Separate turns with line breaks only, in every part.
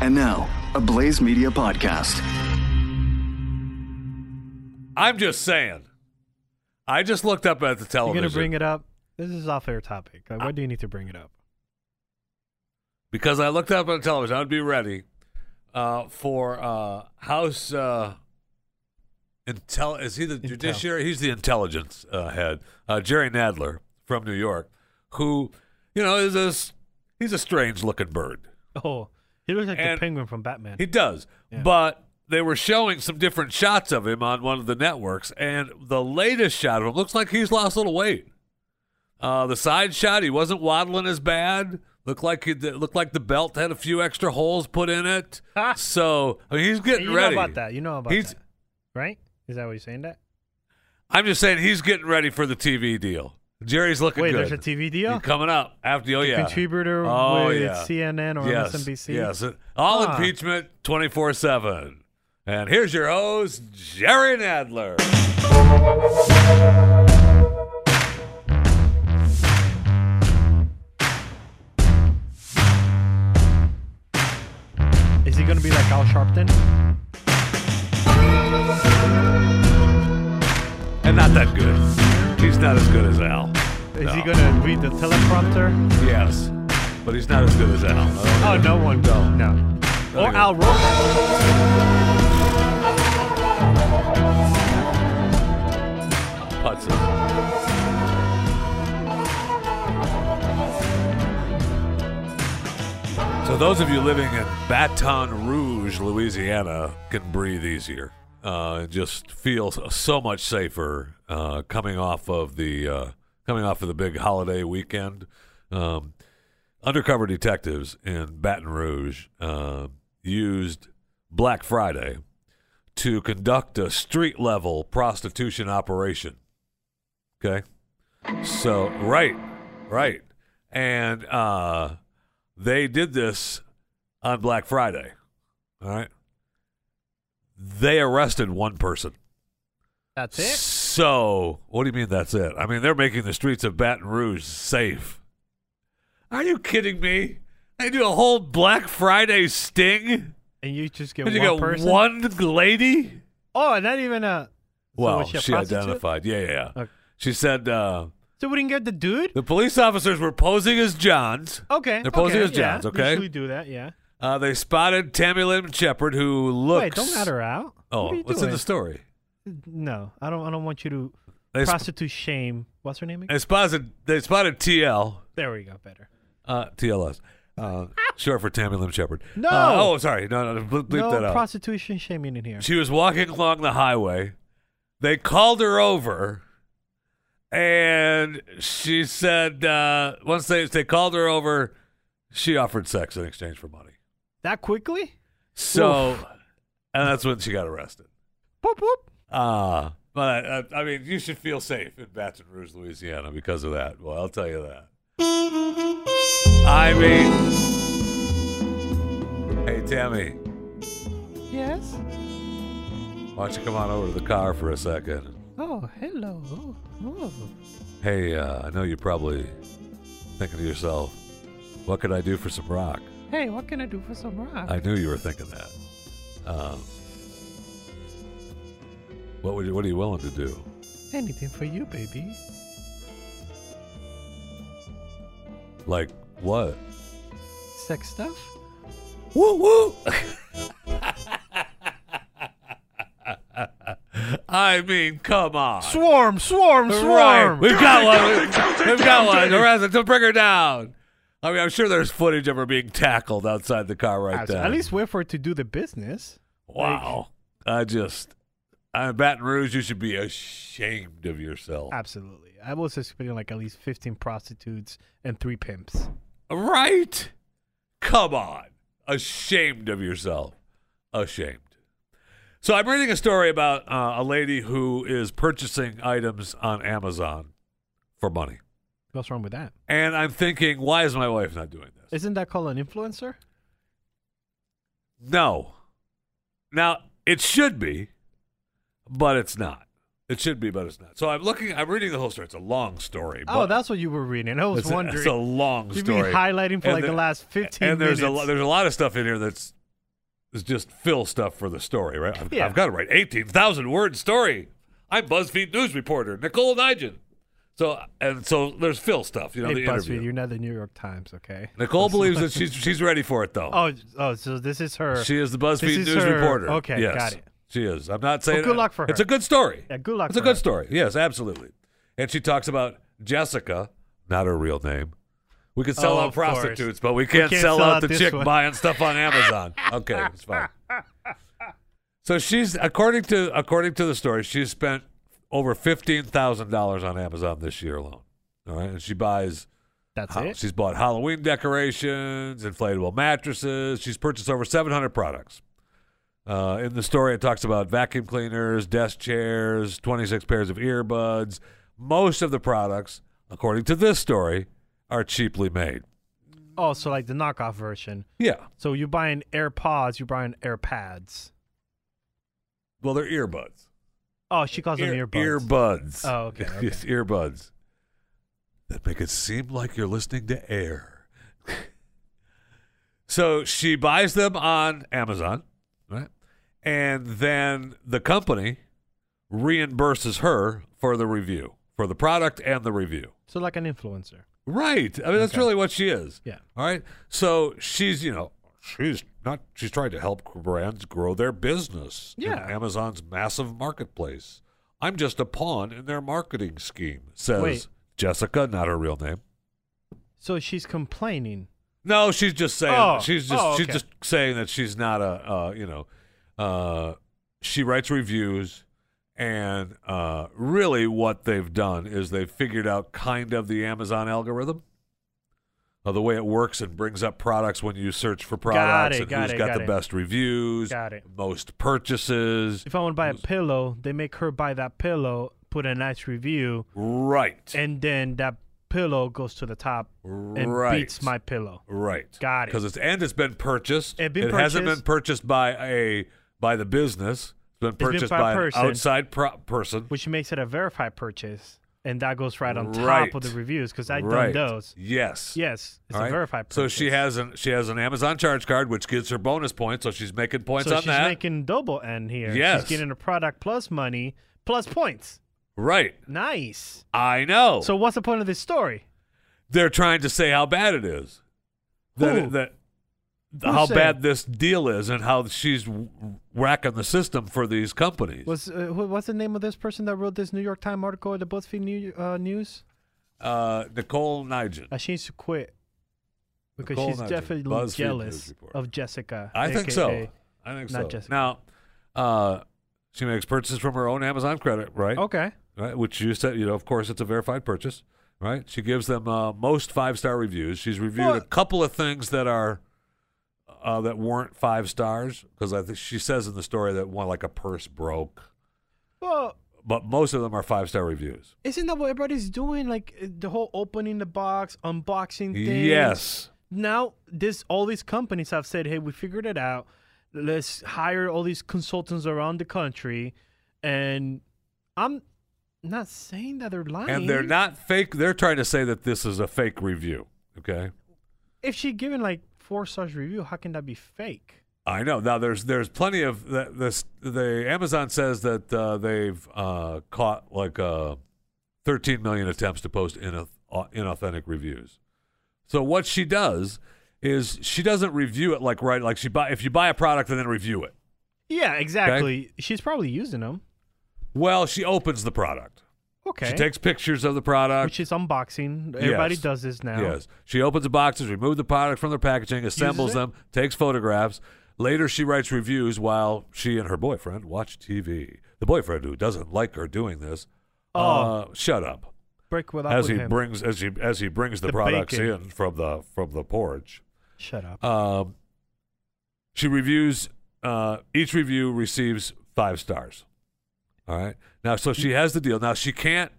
And now, a Blaze Media podcast.
I'm just saying. I just looked up at the
You're
television
gonna bring it up. This is off air topic. Like, why do you need to bring it up?
because I looked up at the television. I'd be ready uh, for uh, House uh, Intel. Is he the judiciary? He's the intelligence uh, head, uh, Jerry Nadler from New York, who you know is a s- he's a strange looking bird.
Oh, he looks like
And-
the penguin from Batman.
He does.
Yeah.
But they were showing some different shots of him on one of the networks, and the latest shot of him looks like he's lost a little weight. Uh, the side shot, he wasn't waddling as bad. Looked like he, looked like the belt had a few extra holes put in it. so I mean, he's getting
you
ready.
know about that. You know about
He's-
that, right? Is that what you're saying? That
I'm just saying he's getting ready for the TV deal. Jerry's looking
wait,
good.
there's a TV deal.
He's coming up after. Oh
The
yeah,
contributor
Oh,
with
yeah.
CNN or
yes,
MSNBC.
Yes, all
Huh.
impeachment, twenty four seven. And here's your host, Jerry Nadler.
Is he gonna be like Al Sharpton?
and not that good. He's not as good as Al.
Is
No.
he gonna read the teleprompter?
Yes, but he's not as good as Al.
Oh, no one. No, no.
Not
Or
good.
Al Roker.
Hudson. So those of you living in Baton Rouge, Louisiana, can breathe easier. Uh, and just feel so- so much safer uh, coming off of the uh, coming off of the big holiday weekend. Um, undercover detectives in Baton Rouge uh, used Black Friday to conduct a street level prostitution operation. Okay. So right, right, and uh, they did this on Black Friday. All right. They arrested one person.
That's it.
So what do you mean that's it? I mean they're making the streets of Baton Rouge safe. Are you kidding me? They do a whole Black Friday sting,
And you just get
and you
one
got
person.
one lady.
Oh, and not even a. so
Well,
was she,
she,
a prostitute?
identified. Yeah, yeah. yeah.
Okay.
She said uh,
So we didn't get the dude.
the police officers were posing as Johns.
Okay.
They're posing
okay,
as Johns,
yeah.
okay?
Usually do that. Yeah.
Uh, they spotted Tammy Lynn Shepard, who looks.
Wait, don't let her out.
Oh,
what are you
what's
doing?
in the story?
No, I don't. I don't want you to
They, sp-
prostitute shame. What's her name? Again?
they spotted. They spotted TL.
There we go. Better.
Uh, TLS. Uh, short for Tammy Lynn Shepard.
No!
Uh, oh, sorry. No, no, bleep, bleep
no
that out.
prostitution shaming in here.
She was walking along the highway. They called her over, and she said, uh, once they they called her over, she offered sex in exchange for money.
That quickly?
So, and that's when she got arrested.
Boop boop.
Uh, but uh, I mean, you should feel safe in Baton Rouge, Louisiana, because of that. Well, I'll tell you that. I mean, hey Tammy,
Yes.
why don't you come on over to the car for a second?
Oh, hello. Oh, oh.
Hey, uh, I know you're probably thinking to yourself, what could I do for some rock?
Hey, what can I do for some rock?
I knew you were thinking that. Um, what would you, what are you willing to do?
Anything for you, baby.
Like what?
Sex stuff.
Woo woo. I mean, come on.
Swarm, swarm,
Right.
swarm.
We've got one. We've got one. Arrest her. Bring her down. I mean, I'm sure there's footage of her being tackled outside the car right
At-
there.
At least wait for it to do the business.
Wow. I just. I, Baton Rouge, you should be ashamed of yourself.
Absolutely. I was expecting like at least 15 prostitutes and three pimps.
Right? Come on. Ashamed of yourself. Ashamed. So I'm reading a story about uh, a lady who is purchasing items on Amazon for money.
What's wrong with that?
And I'm thinking, why is my wife not doing this?
Isn't that called an influencer?
No. Now, it should be, but it's not. It should be, but it's not. So I'm looking, I'm reading the whole story. It's a long story.
Oh,
but
that's what you were reading. I was
it's a,
wondering.
it's a long
You've
story.
been highlighting for
And
like the
the-
last 15
and there's
minutes.
a lo- there's a lot of stuff in here that's is just fill stuff for the story, right? I've,
Yeah.
I've got to write 18,000 word story. I'm BuzzFeed news reporter Nicole Nigel. So and so there's fill stuff, you know,
hey,
the
BuzzFeed,
interview.
you're not the New York Times, okay?
Nicole believes that she's she's ready for it though.
Oh, oh, so this is her.
She is the BuzzFeed
is
news
her-
reporter.
okay,
yes,
got it.
She is. I'm not saying.
Well, good luck for her.
It's a good story.
Yeah, good luck
It's a
for
good
her.
story. Yes, absolutely. And she talks about Jessica, not her real name. We could sell
Oh,
out
of course.
prostitutes, but we can't,
can't
sell,
sell
out
out
the
this
chick
one.
buying stuff on Amazon. okay, it's fine. So she's according to according to the story, she's spent over fifteen thousand dollars on Amazon this year alone. All right, and she buys
That's
Ha-
it.
She's bought Halloween decorations, inflatable mattresses. She's purchased over 700 products. Uh, in the story, it talks about vacuum cleaners, desk chairs, 26 pairs of earbuds. Most of the products, according to this story, are cheaply made.
oh, so like the knockoff version.
Yeah.
So you're buying AirPods, you're buying AirPads.
Well, they're earbuds.
Oh, she calls
Ear-
them earbuds.
Earbuds.
Oh, okay, okay.
yes, earbuds. That make it seem like you're listening to air. so she buys them on Amazon, right? And then the company reimburses her for the review, for the product and the review.
So like an influencer.
Right. I mean, that's
Okay.
really what she is.
Yeah.
All right. So she's, you know, she's not, she's trying to help brands grow their business in
Yeah.
Amazon's massive marketplace. I'm just a pawn in their marketing scheme, says
Wait.
Jessica, not her real name.
So she's complaining.
No, she's just saying,
Oh.
she's just,
Oh,
she's
okay.
just saying that she's not a, uh, you know, uh, she writes reviews. And uh, really, what they've done is they've figured out kind of the Amazon algorithm, uh, the way it works and brings up products when you search for products
it,
and
got
who's
it,
got,
got
the
it.
best reviews,
Got it.
most purchases.
If I want to buy a pillow, they make her buy that pillow, put a nice review,
Right.
and then that pillow goes to the top and
Right.
beats my pillow.
Right.
Got it.
Because it's and it's been purchased.
It been
hasn't been
purchased.
been purchased by a by the business. It's been
been
purchased
by a
by,
person.
an outside pro- person.
which makes it a verified purchase, and that goes right on
Right.
top of the reviews because I've
right.
done those.
Yes.
Yes, it's
All
a
right?
verified. Purchase.
So she has an she has an Amazon charge card, which gives her bonus points. So she's making points
so
on
she's
that.
making double N here.
Yes.
she's getting a product plus money plus points.
right.
Nice.
I know.
So what's the point of this story?
they're trying to say how bad it is.
Who?
That, that
Who's
how
saying?
bad this deal is and how she's w- racking the system for these companies.
Was uh, wh- what's the name of this person that wrote this New York Times article at the BuzzFeed new, uh, News?
uh, Nicole Nigel.
Uh, she needs to quit because
Nicole
she's
Nugent,
definitely
BuzzFeed News
jealous
Report.
of Jessica.
I think so.
AKA.
I think
not
so.
Jessica.
Now, uh, she makes purchases from her own Amazon credit, right?
Okay.
Right, which you said, you know, of course, it's a verified purchase, right? She gives them uh, most five star reviews. She's reviewed a
Well-
couple of things that are uh, that weren't five stars because I think she says in the story that one like a purse broke,
Well,
but most of them are five star reviews.
isn't that what everybody's doing? Like uh, the whole opening the box, unboxing things.
Yes,
now this all these companies have said hey we figured it out let's hire all these consultants around the country and i'm not saying that they're lying
and they're not fake. They're trying to say that this is a fake review. Okay,
if she given like four stars review how can that be fake
I know. Now there's there's plenty of the, this. The Amazon says that uh, they've uh, caught like uh, 13 million attempts to post inauth- uh, inauthentic reviews. So what she does is she doesn't review it like right like she buy if you buy a product and then review it.
yeah exactly she's probably using them
Well, she opens the product.
okay
She takes pictures of the product.
which is unboxing everybody
Uh, Yes.
does this now
Yes. She opens the boxes, removes the product from their packaging, assembles
it?
them, takes photographs. Later, she writes reviews while she and her boyfriend watch TV. The boyfriend who doesn't like her doing this, uh, shut up
break without
as
Oh. with
he
him.
brings as he as he brings the,
The
products
bacon.
in from the from the porch.
shut up
Um, she reviews uh, each review receives five stars. All right. Now, so she has the deal. Now she can't.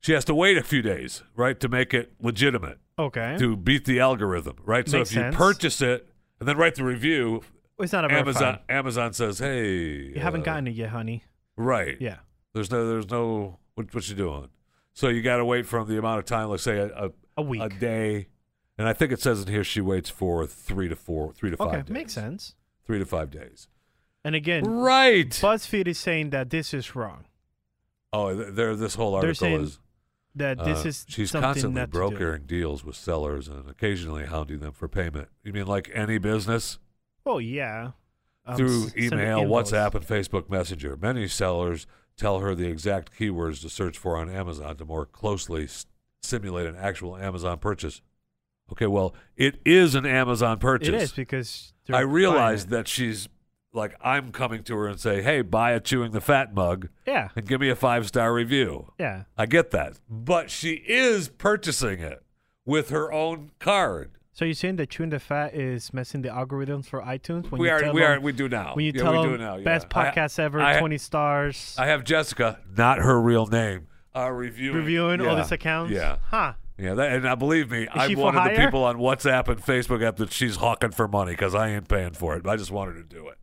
She has to wait a few days, right, to make it legitimate
okay
to beat the algorithm, right? so if
Makes sense.
you purchase it and then write the review,
it's not a
Amazon
verified.
Amazon says, "Hey, uh,
you haven't gotten it yet honey
right.
yeah
There's no, there's no what, what you doing. So you got to wait from the amount of time, let's say a, a
a week
a day, and I think it says in here she waits for three to four, three to
okay
five. days.
makes sense
three to five days.
And again,
Right.
BuzzFeed is saying that this is wrong.
oh, th- there. This whole
They're
article
saying
is.
That this
uh,
is
she's
something
constantly
not to do.
brokering deals with sellers and occasionally hounding them for payment. You mean like any business?
Oh yeah. Um,
through
s- send an
email,
invoice.
WhatsApp, and Facebook Messenger. Many sellers tell her the exact keywords to search for on Amazon to more closely s- simulate an actual Amazon purchase. Okay, well, it is an Amazon purchase.
It is because they're
I realize
buying
that she's like, I'm coming to her and say, hey, buy a Chewing the Fat mug
it. Yeah.
and give me a five star review.
Yeah.
I get that. But she is purchasing it with her own card.
So you're saying that chewing the fat is messing the algorithms for iTunes when
we
you
are,
tell
we
them,
are, we do now.
when you
Yeah,
tell
we
them
do now, yeah.
best
I-
podcast ever,
I-
20 stars,
I have Jessica, not her real name, uh, reviewing
reviewing all
Yeah.
these accounts?
Yeah,
Huh.
yeah. That, and uh, believe me,
she
I'm
for
one of the
hire?
people on WhatsApp and Facebook app that she's hawking for money because I ain't paying for it. I just wanted to do it.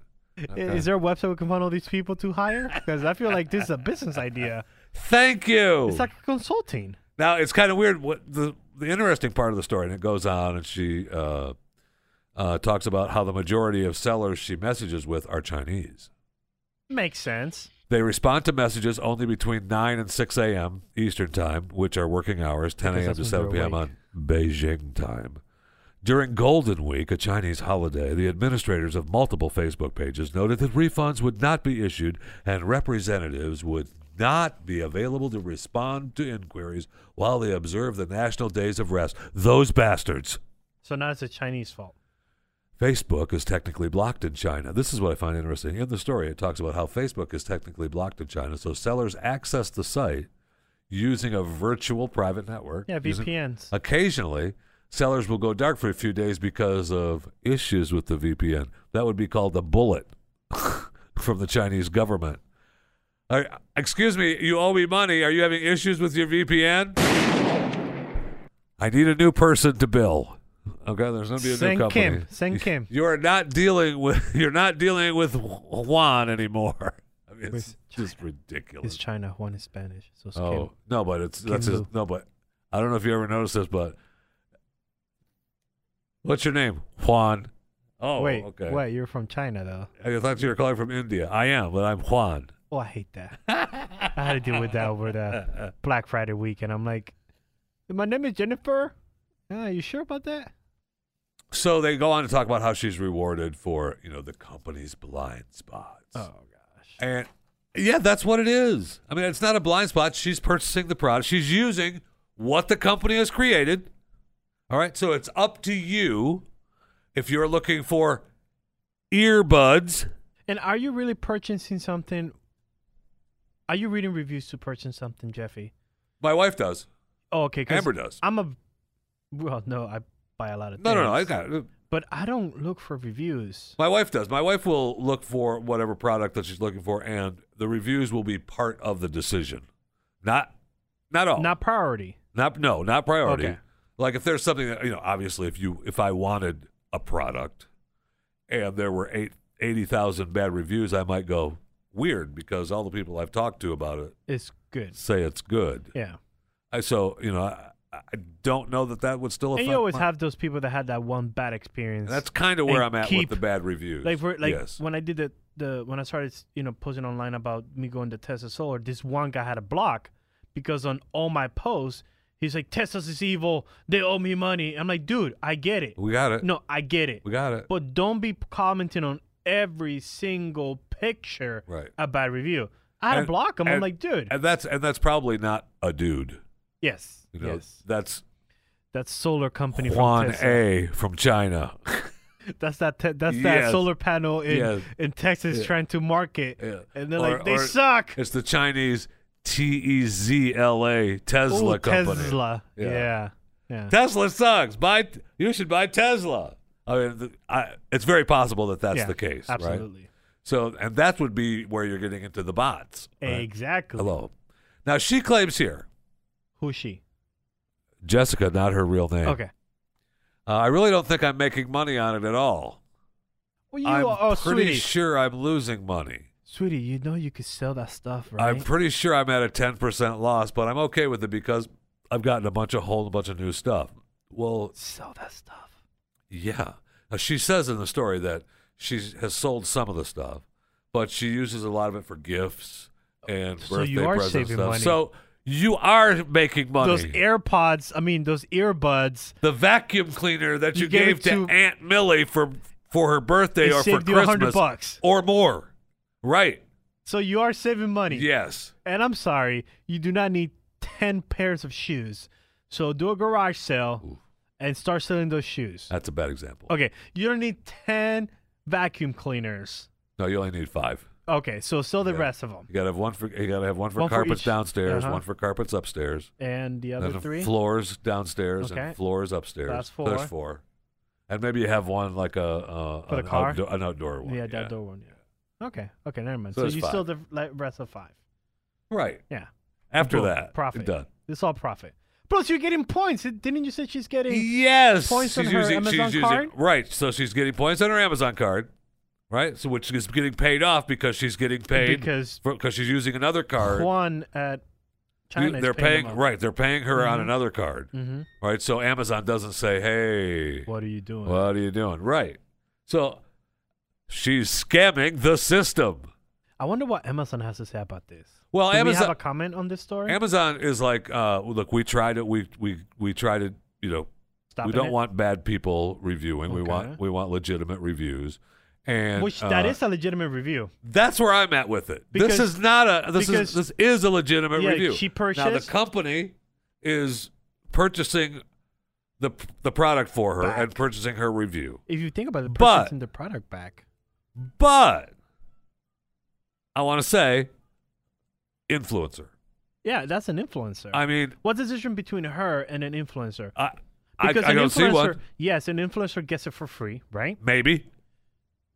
I- Is there a website we can find all these people to hire? Because I feel like this is a business idea.
Thank you.
It's like consulting.
Now it's kind of weird. What the the interesting part of the story, and it goes on, and she uh, uh, talks about how the majority of sellers she messages with are Chinese.
Makes sense.
They respond to messages only between 9 and 6 a.m. Eastern Time, which are working hours, 10
Because
a.m.
that's
to
when
7
they're
p.m.
awake.
on Beijing time. During Golden Week, a Chinese holiday, the administrators of multiple Facebook pages noted that refunds would not be issued and representatives would not be available to respond to inquiries while they observe the national days of rest. Those bastards.
So now it's a Chinese fault.
Facebook is technically blocked in China. This is what I find interesting. In the story, it talks about how Facebook is technically blocked in China, so sellers access the site using a virtual private network.
Yeah,
using-
VPNs.
occasionally, sellers will go dark for a few days because of issues with the VPN. That would be called the bullet from the Chinese government. Uh, excuse me, you owe me money. Are you having issues with your VPN? I need a new person to bill. Okay, there's going to be a
Send
new company.
Kim. Send Kim.
You are not dealing with you're not dealing with Juan anymore. I mean, it's
With
just
It's
ridiculous.
China. One is Spanish. So it's
oh
Kim.
no, but it's that's
Kim
his, no, but I don't know if you ever noticed this, but what's your name, Juan? Oh,
wait,
okay.
wait. You're from China, though.
I thought you were calling from India. I am, but I'm Juan.
Oh, I hate that. I had to deal with that over the Black Friday week, and I'm like, my name is Jennifer. Uh, you sure about that?
So they go on to talk about how she's rewarded for you know the company's blind spots.
Oh. gosh.
And yeah, that's what it is. I mean, it's not a blind spot. She's purchasing the product. She's using what the company has created. All right. So it's up to you if you're looking for earbuds.
And are you really purchasing something? Are you reading reviews to purchase something, Jeffy?
My wife does.
Oh, okay. 'cause
Amber does.
I'm a. Well, no, I buy a lot of.
No, no, no. I
things,
got it.
But I don't look for reviews.
My wife does. My wife will look for whatever product that she's looking for, and the reviews will be part of the decision. Not, not all.
Not priority.
Not no, not priority.
Okay.
Like if there's something that you know, obviously if you if I wanted a product and there were eight eighty thousand bad reviews, I might go weird because all the people I've talked to about it
It's good.
say it's good.
Yeah.
I so you know I, I don't know that that would still affect.
and you always
my-
have those people that had that one bad experience.
That's kind of where
and
I'm at
keep-
with the bad reviews.
like for like
yes.
when I did the the when I started you know posting online about me going to Tesla Solar, this one guy had a block because on all my posts he's like Tesla's is evil, they owe me money. I'm like, dude, I get it.
we got it.
No, I get it.
we got it.
But don't be commenting on every single picture
Right.
a bad review. I had
And-
to block him. I'm
and-
like, dude,
And that's and that's probably not a dude.
yes,
You know,
yes,
that's
that's solar company from
Juan
Tesla.
A from China.
That's that. Te- that's
Yes.
that solar panel in
Yes.
in Texas
Yeah.
trying to market,
Yeah.
and they're
Or-
like, they
or-
suck.
It's the Chinese T E Z L A Tesla
Ooh,
company.
Tesla.
Yeah.
Yeah. Yeah. Yeah.
Tesla sucks. Buy you should buy Tesla. I mean, th- I, it's very possible that that's the case, right?
Absolutely.
So, and that would be where you're getting into the bots. right?
Exactly.
Hello. Now she claims here,
Who's she?
Jessica, not her real name.
Okay.
Uh, I really don't think I'm making money on it at all.
Well, you
I'm
are, oh,
pretty
sweetie.
sure I'm losing money.
sweetie, you know you could sell that stuff, right?
I'm pretty sure I'm at a 10% loss, but I'm okay with it because I've gotten a bunch of whole bunch of new stuff. Well,
sell that stuff.
Yeah. Now, she says in the story that She has sold some of the stuff, but she uses a lot of it for gifts and
So
birthday
you are
presents and
saving
stuff.
money.
So you are making money.
Those AirPods, I mean those earbuds,
the vacuum cleaner that you,
You gave
gave
it
to,
to-
Aunt Millie for for her birthday
It
or for
saved you a
Christmas
hundred bucks.
or more. Right.
so you are saving money.
Yes.
And I'm sorry, you do not need 10 pairs of shoes. So do a garage sale and start selling those shoes.
That's a bad example.
Okay, you don't need 10 vacuum cleaners.
No, you only need 5.
Okay, so sell the rest of them.
You got to have one for you got to have one for
One for
carpets
each.
downstairs,
Uh-huh.
one for carpets upstairs.
And the
And
other
then
three?
floors downstairs
Okay.
and floors upstairs.
That's
So There's
four.
four, and maybe you have one like a uh,
For the
an,
car?
outdo- an outdoor one.
yeah, that door one. Yeah. Okay, okay, never mind.
So
So,
there's
you
five.
still the like, rest of five.
Right
Yeah.
after
Boom.
that,
profit.
done.
It's all profit. Plus, you're getting points. Didn't you say she's getting?
Yes,
Points on
she's
her
using
Amazon
she's
card?
using right. So she's getting points on her Amazon card, right? So which is getting paid off because she's getting paid
Because-
because she's using another card.
Juan at
You-
China. is
they're
paying,
paying right. They're paying her on another card,
Mm-hmm.
right? So Amazon doesn't say, "Hey,
What are you doing?
What are you doing? Right. So she's scamming the system.
I wonder what Amazon has to say about this.
Well,
Do we
Amazon
have a comment on this story?
Amazon is like, uh, look, we try to we we we try to you know we
Stopping
don't
it?
want bad people reviewing. We
Okay.
want we want legitimate reviews. And
Which that
uh,
is a legitimate review.
that's where I'm at with it. this
Because-
is not a this is
because-
this is a legitimate
Yeah,
review.
she
now the
purchased-
company is purchasing the the product for her
Back.
and purchasing her review.
If you think about it,
But-
purchasing the product back.
But I want to say influencer.
Yeah, that's an influencer.
I mean,
What's the difference between her and an influencer?
I I, I
Because an
don't see
influencer,
one.
Yes, an influencer gets it for free, right?
Maybe,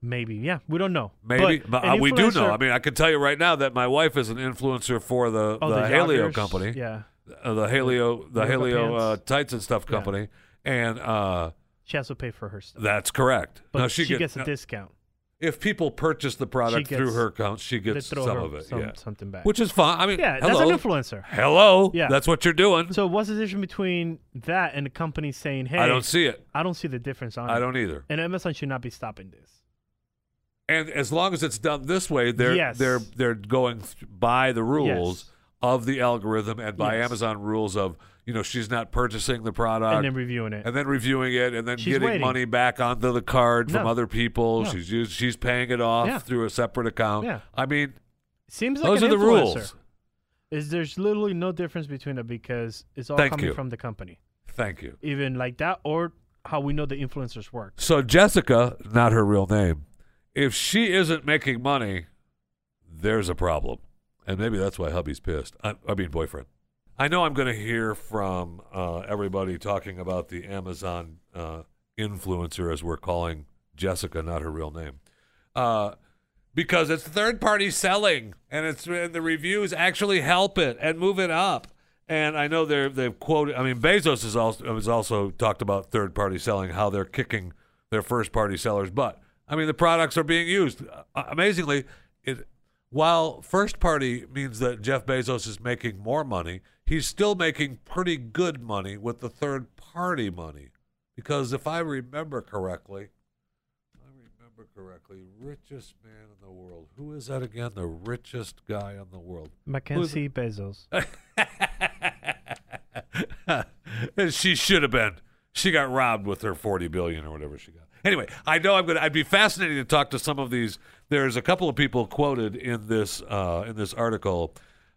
Maybe. Yeah, we don't know.
maybe
But
but, uh,
an
we do know.
influencer-
I mean, I can tell you right now that my wife is an influencer for the
oh,
the,
the
Haleo
joggers,
company,
Yeah,
uh, the Haleo the
Yoga
Haleo uh,
pants.
tights and stuff company, and uh,
she has to pay for her stuff,
that's correct.
but
now,
she,
she, get-
gets a
now,
discount.
If people purchase the product
She
through
gets-
her account, she
They
gets some
throw her
of it,
some-
yeah,
something back.
which is fine. I mean,
yeah, that's
hello,
an influencer.
hello,
Yeah.
that's what you're doing.
So what's the difference between that and the company saying, "Hey,
I don't see it.
I don't see the difference on
I
it."
don't either.
And Amazon should not be stopping this.
And as long as it's done this way, they're
Yes.
they're they're going th- by the rules
Yes.
of the algorithm and by
Yes.
Amazon rules of you know she's not purchasing the product
and then reviewing it.
Uh, and then reviewing it and then
She's
getting
waiting.
money back onto the card from
No.
other people.
No.
She's used, she's paying it off
Yeah.
through a separate account.
Yeah.
I mean,
Seems like
those
an
are the
influencer.
rules.
Is there's literally no difference between it because it's all
Thank
coming
you.
from the company,
Thank you.
even like that, or how we know the influencers work.
So Jessica, not her real name, if she isn't making money, there's a problem, and maybe that's why hubby's pissed. I, I mean, boyfriend. I know I'm going to hear from uh, everybody talking about the Amazon uh, influencer, as we're calling Jessica, not her real name, uh, because it's third party selling, and it's and the reviews actually help it and move it up. And I know they're they've quoted. I mean, Bezos has also has also talked about third party selling, how they're kicking their first party sellers' butt. I mean, the products are being used uh, amazingly. It while first party means that Jeff Bezos is making more money, he's still making pretty good money with the third party money. Because if I remember correctly, if I remember correctly, richest man in the world. Who is that again? The richest guy in the world.
Mackenzie Bezos.
And she should have been. She got robbed with her forty billion or whatever she got. Anyway, I know I'm gonna. I'd be fascinated to talk to some of these. There's a couple of people quoted in this uh, in this article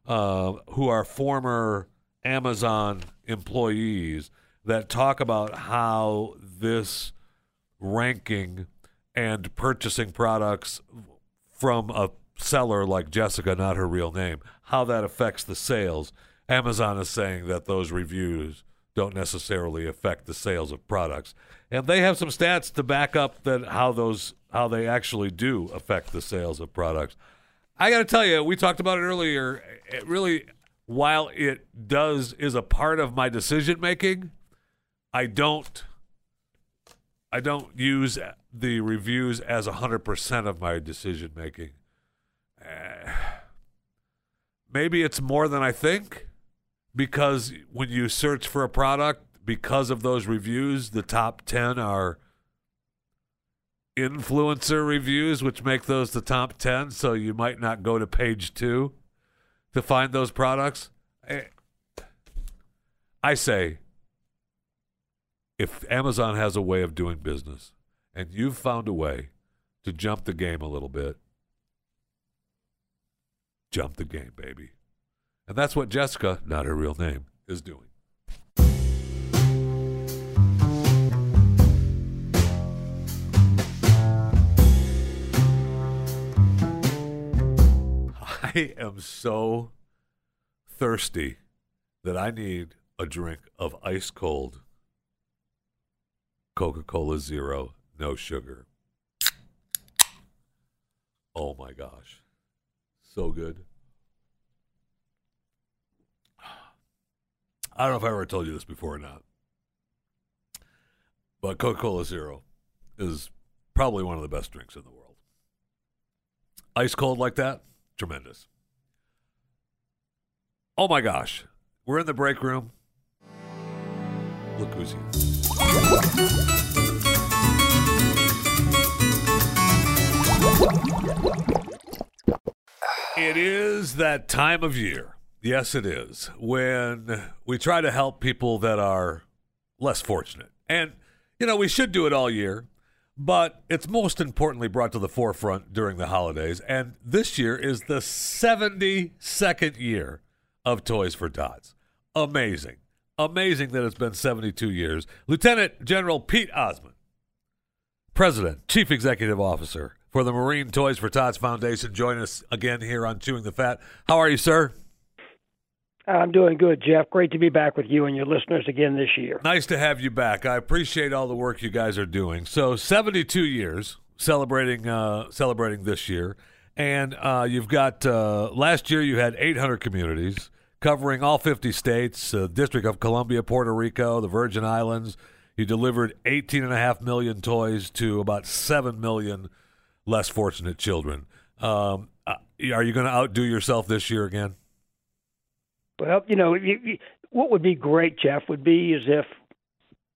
uh, who are former Amazon employees that talk about how this ranking and purchasing products from a seller like Jessica, not her real name, how that affects the sales. Amazon is saying that those reviews don't necessarily affect the sales of products. And they have some stats to back up that how those how they actually do affect the sales of products. I got to tell you, we talked about it earlier. It really while it does is a part of my decision making, I don't I don't use the reviews as 100% of my decision making. Eh, Maybe it's more than I think because when you search for a product, because of those reviews, the top 10 are influencer reviews, which make those the top 10. So you might not go to page two to find those products. I, I say, if Amazon has a way of doing business and you've found a way to jump the game a little bit, jump the game, baby. And that's what Jessica, not her real name, is doing. I am so thirsty that I need a drink of ice cold Coca Cola Zero, no sugar. Oh my gosh. So good. I don't know if I ever told you this before or not, but Coca Cola Zero is probably one of the best drinks in the world. Ice cold like that, tremendous. Oh my gosh. We're in the break room. Look who's here. It is that time of year. Yes, it is. When we try to help people that are less fortunate. And, you know, we should do it all year, but it's most importantly brought to the forefront during the holidays. And this year is the 72nd year of Toys for Tots. Amazing. Amazing that it's been 72 years. Lieutenant General Pete Osmond President, Chief Executive Officer for the Marine Toys for Tots Foundation. Join us again here on Chewing the Fat. How are you, sir?
I'm doing good, Jeff. Great to be back with you and your listeners again this year.
Nice to have you back. I appreciate all the work you guys are doing. So, 72 years celebrating uh, celebrating this year, and uh, you've got uh, last year you had 800 communities covering all 50 states, uh, District of Columbia, Puerto Rico, the Virgin Islands. You delivered 18.5 million toys to about 7 million less fortunate children. Um, uh, are you going to outdo yourself this year again?
Well, you know, you, you, what would be great, Jeff, would be is if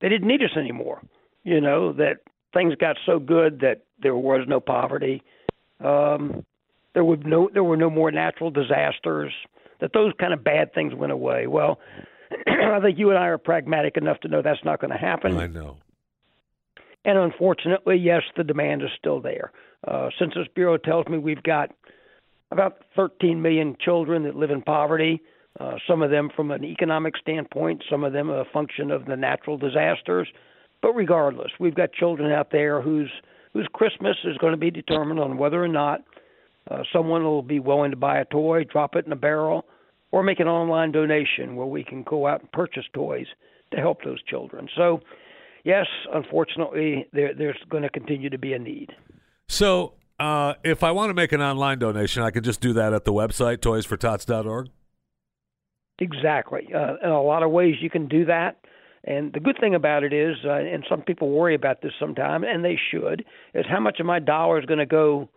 they didn't need us anymore. You know that things got so good that there was no poverty. Um, there would no there were no more natural disasters. That those kind of bad things went away. Well, I think you and I are pragmatic enough to know that's not going to happen.
I know.
And unfortunately, yes, the demand is still there. Uh, Census Bureau tells me we've got about 13 million children that live in poverty. Uh, some of them from an economic standpoint, some of them a function of the natural disasters. But regardless, we've got children out there whose whose Christmas is going to be determined on whether or not uh, someone will be willing to buy a toy, drop it in a barrel, or make an online donation where we can go out and purchase toys to help those children. So, yes, unfortunately, there, there's going to continue to be a need.
So, uh, if I want to make an online donation, I can just do that at the website toysfortots.org.
Exactly. Uh, in a lot of ways, you can do that. And the good thing about it is, uh, and some people worry about this sometimes, and they should, is how much of my dollar is going to go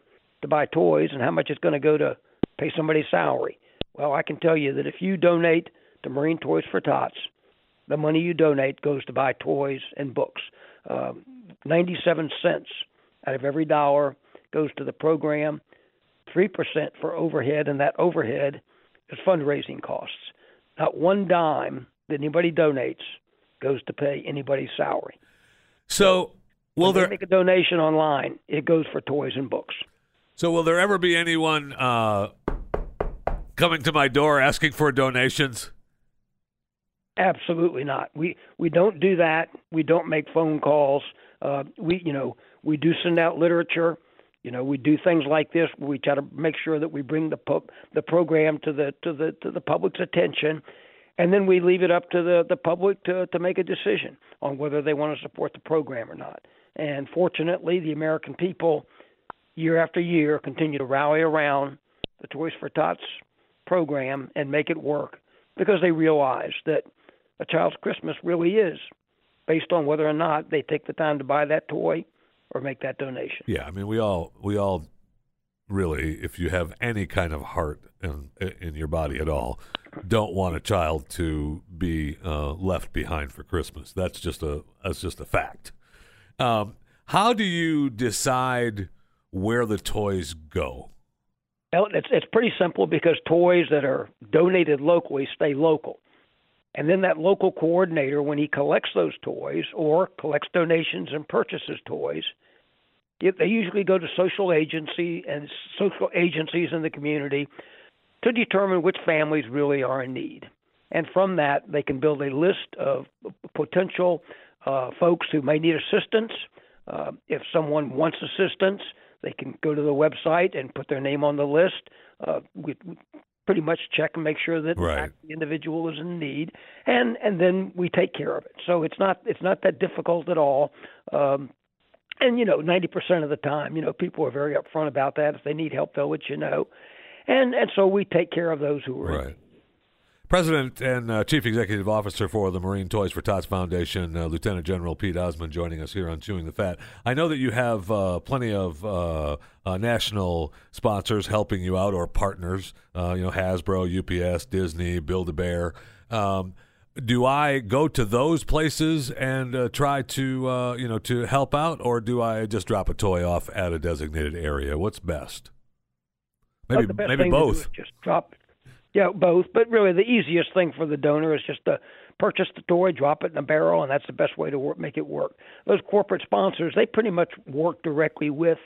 to buy toys and how much is going to go to pay somebody's salary. Well, I can tell you that if you donate to Marine Toys for Tots, the money you donate goes to buy toys and books. Um, 97 cents out of every dollar goes to the program, 3% for overhead, and that overhead is fundraising costs. Not one dime that anybody donates goes to pay anybody's salary.
So, will
When they
there
make a donation online, it goes for toys and books.
So will there ever be anyone uh, coming to my door asking for donations?
Absolutely not. We we don't do that. We don't make phone calls. Uh, we you know we do send out literature. You know we do things like this. We try to make sure that we bring the pub, the program to the to the to the public's attention, and then we leave it up to the the public to to make a decision on whether they want to support the program or not. And fortunately, the American people, year after year, continue to rally around the Toys for Tots program and make it work because they realize that a child's Christmas really is based on whether or not they take the time to buy that toy or make that donation.
Yeah, I mean we all we all really, if you have any kind of heart in in your body at all, don't want a child to be uh, left behind for Christmas. That's just a that's just a fact. Um, How do you decide where the toys go?
Well, it's it's pretty simple because toys that are donated locally stay local. And then that local coordinator, when he collects those toys or collects donations and purchases toys, it- they usually go to social agency and social agencies in the community to determine which families really are in need. And from that, they can build a list of potential uh, folks who may need assistance. Uh, if someone wants assistance, they can go to the website and put their name on the list. Uh, we, we pretty much check and make sure that in
Right.
fact the individual is in need, and and then we take care of it. So it's not it's not that difficult at all. Um, and you know, ninety percent of the time, you know, people are very upfront about that. If they need help, they'll let you know. And and so we take care of those who are in
Right. President and uh, Chief Executive Officer for the Marine Toys for Tots Foundation, uh, Lieutenant General Pete Osmond, joining us here on Chewing the Fat. I know that you have uh, plenty of uh, uh, national sponsors helping you out or partners. Uh, you know, Hasbro, UPS, Disney, Build a Bear. Um, do I go to those places and uh, try to uh, you know to help out, or do I just drop a toy off at a designated area? What's best?
Well,
Maybe
the best
maybe
thing to do
both.
is just drop, yeah, both. But really, the easiest thing for the donor is just to purchase the toy, drop it in a barrel, and that's the best way to work, make it work. Those corporate sponsors, they pretty much work directly with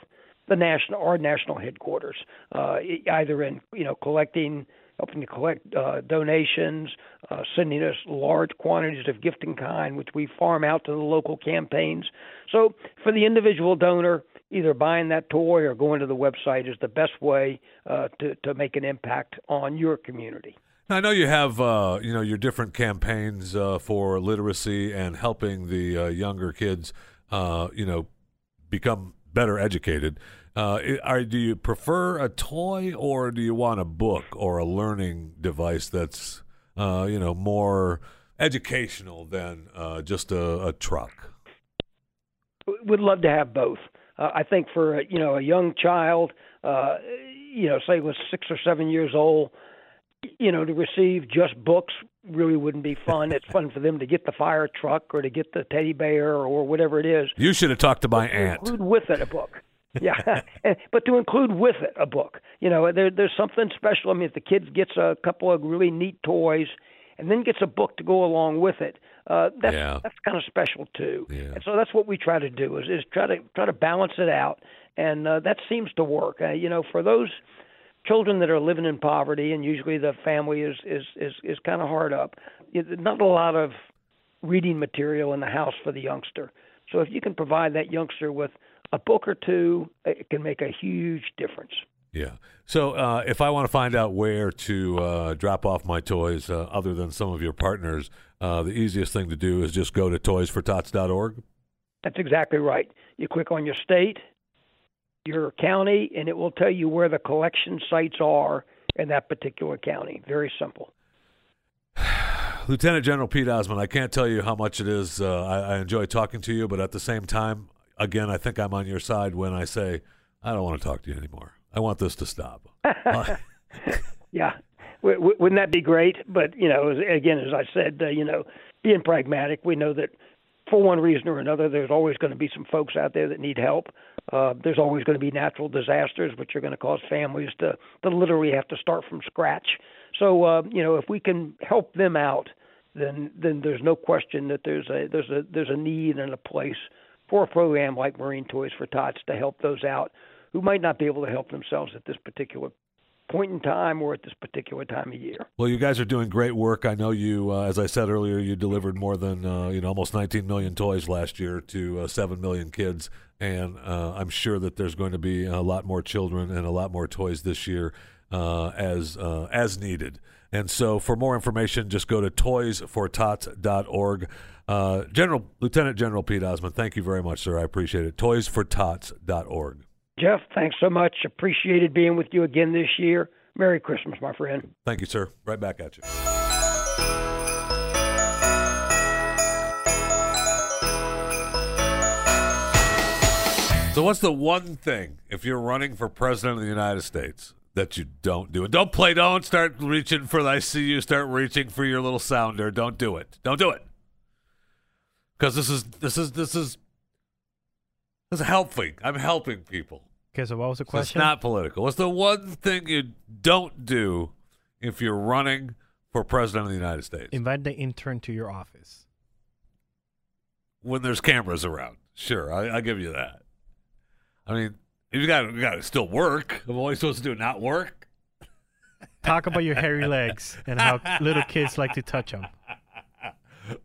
the national our national headquarters, uh, e- either in you know collecting. Helping to collect uh, donations, uh, sending us large quantities of gift in kind, which we farm out to the local campaigns. So, for the individual donor, either buying that toy or going to the website is the best way uh, to to make an impact on your community.
Now, I know you have uh, you know your different campaigns uh, for literacy and helping the uh, younger kids uh, you know become better educated. Uh, i- are do you prefer a toy or do you want a book or a learning device that's uh, you know more educational than uh, just a, a truck?
W- Would love to have both. Uh, I think for a, you know a young child, uh, you know, say was six or seven years old, y- you know, to receive just books really wouldn't be fun. it's fun for them to get the fire truck or to get the teddy bear or whatever it is.
You should have talked to my
to
aunt.
include with it a book. Yeah, but to include with it a book, you know, there, there's something special. I mean, if the kid gets a couple of really neat toys, and then gets a book to go along with it, uh, that's
Yeah.
that's kind of special too.
Yeah.
And so that's what we try to do is, is try to try to balance it out, and uh, that seems to work. Uh, you know, for those children that are living in poverty, and usually the family is is is, is kind of hard up. y- Not a lot of reading material in the house for the youngster. So if you can provide that youngster with a book or two, it can make a huge difference.
Yeah. So uh, if I want to find out where to uh, drop off my toys, uh, other than some of your partners, uh, the easiest thing to do is just go to toysfortots.org.
That's exactly right. You click on your state, your county, and it will tell you where the collection sites are in that particular county. Very simple.
Lieutenant General Pete Osmond, I can't tell you how much it is. Uh, I, I enjoy talking to you, but at the same time, again, I think I'm on your side when I say, I don't want to talk to you anymore. I want this to stop. Uh,
Yeah. W- w- wouldn't that be great? But, you know, as, again, as I said, uh, you know, being pragmatic, we know that for one reason or another, there's always going to be some folks out there that need help. Uh, there's always going to be natural disasters, which are going to cause families to, to literally have to start from scratch. So, uh, you know, if we can help them out, then then there's no question that there's a there's a there's a need and a place for a program like Marine Toys for Tots to help those out who might not be able to help themselves at this particular point in time or at this particular time of year.
well, you guys are doing great work. I know you, uh, as I said earlier, you delivered more than uh, you know almost 19 million toys last year to uh, 7 million kids, and uh, I'm sure that there's going to be a lot more children and a lot more toys this year uh, as uh, as needed. And so, for more information, just go to toysfortots.org. Uh, General Lieutenant General Pete Osmond, thank you very much, sir. I appreciate it. Toysfortots.org.
Jeff, thanks so much. Appreciated being with you again this year. Merry Christmas, my friend.
Thank you, sir. Right back at you. So, what's the one thing if you're running for president of the United States that you don't do? And don't play, don't start reaching for. I see you start reaching for your little sounder. Don't do it. Don't do it. Because this is this is this is It's helping. I'm helping people.
Okay, so what was the
So it's
question?
not political. What's the one thing you don't do if you're running for president of the United States?
Invite the intern to your office.
when there's cameras around. Sure, I, I give you that. I mean, you got you got to still work. Am I supposed to do not work?
Talk about your hairy legs and how little kids like to touch them.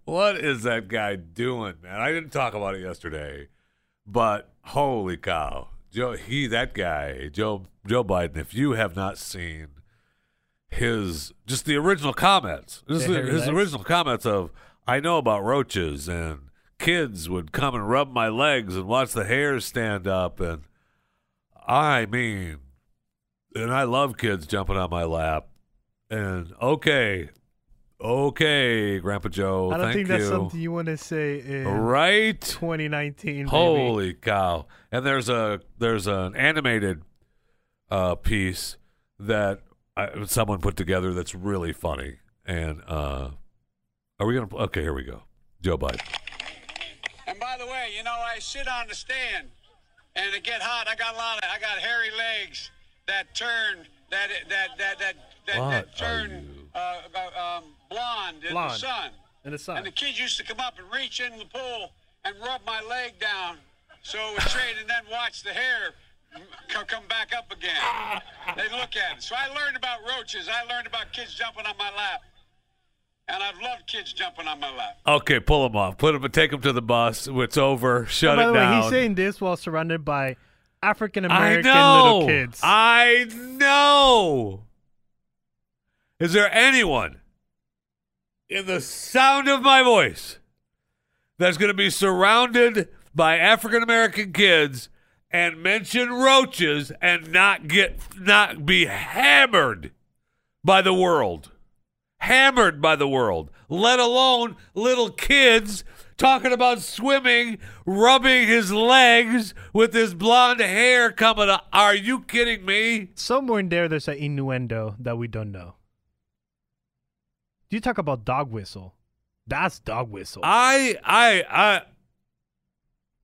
What is that guy doing, man? I didn't talk about it yesterday, but holy cow, Joe, he that guy, Joe Joe Biden. If you have not seen his just the original comments, just
The
the-
hairy
his
legs?
original comments of I know about roaches and kids would come and rub my legs and watch the hairs stand up and I mean, and I love kids jumping on my lap. And okay, okay, Grandpa Joe,
I don't
thank
think
you.
that's something you want to say in
right?
2019. baby.
Holy cow! And there's a there's an animated uh, piece that I, someone put together that's really funny. And uh, are we gonna? Okay, here we go. Joe Biden.
And by the way, you know I sit on the stand, and it get hot. I got a lot of I got hairy legs that turn that that that that that,
What are
that turn
you?
uh, uh, um, blonde in
Blonde.
the sun.
In the sun.
And the kids used to come up and reach in the pool and rub my leg down so it would trade, and then watch the hair co- come back up again. They look at it. So I learned about roaches. I learned about kids jumping on my lap, and I've loved kids jumping on my lap.
Okay, pull him off. Put him. Take him to the bus. It's over. Shut
Oh,
it
By the
down.
way, he's saying this while surrounded by African
I
American
know.
little kids.
I know. Is there anyone in the sound of my voice that's going to be surrounded by African American kids and mention roaches and not get not be hammered by the world? hammered by the world, let alone little kids talking about swimming, rubbing his legs with his blonde hair coming up. Are you kidding me?
Somewhere in there, there's an innuendo that we don't know. You talk about dog whistle. That's dog whistle.
I, I, I.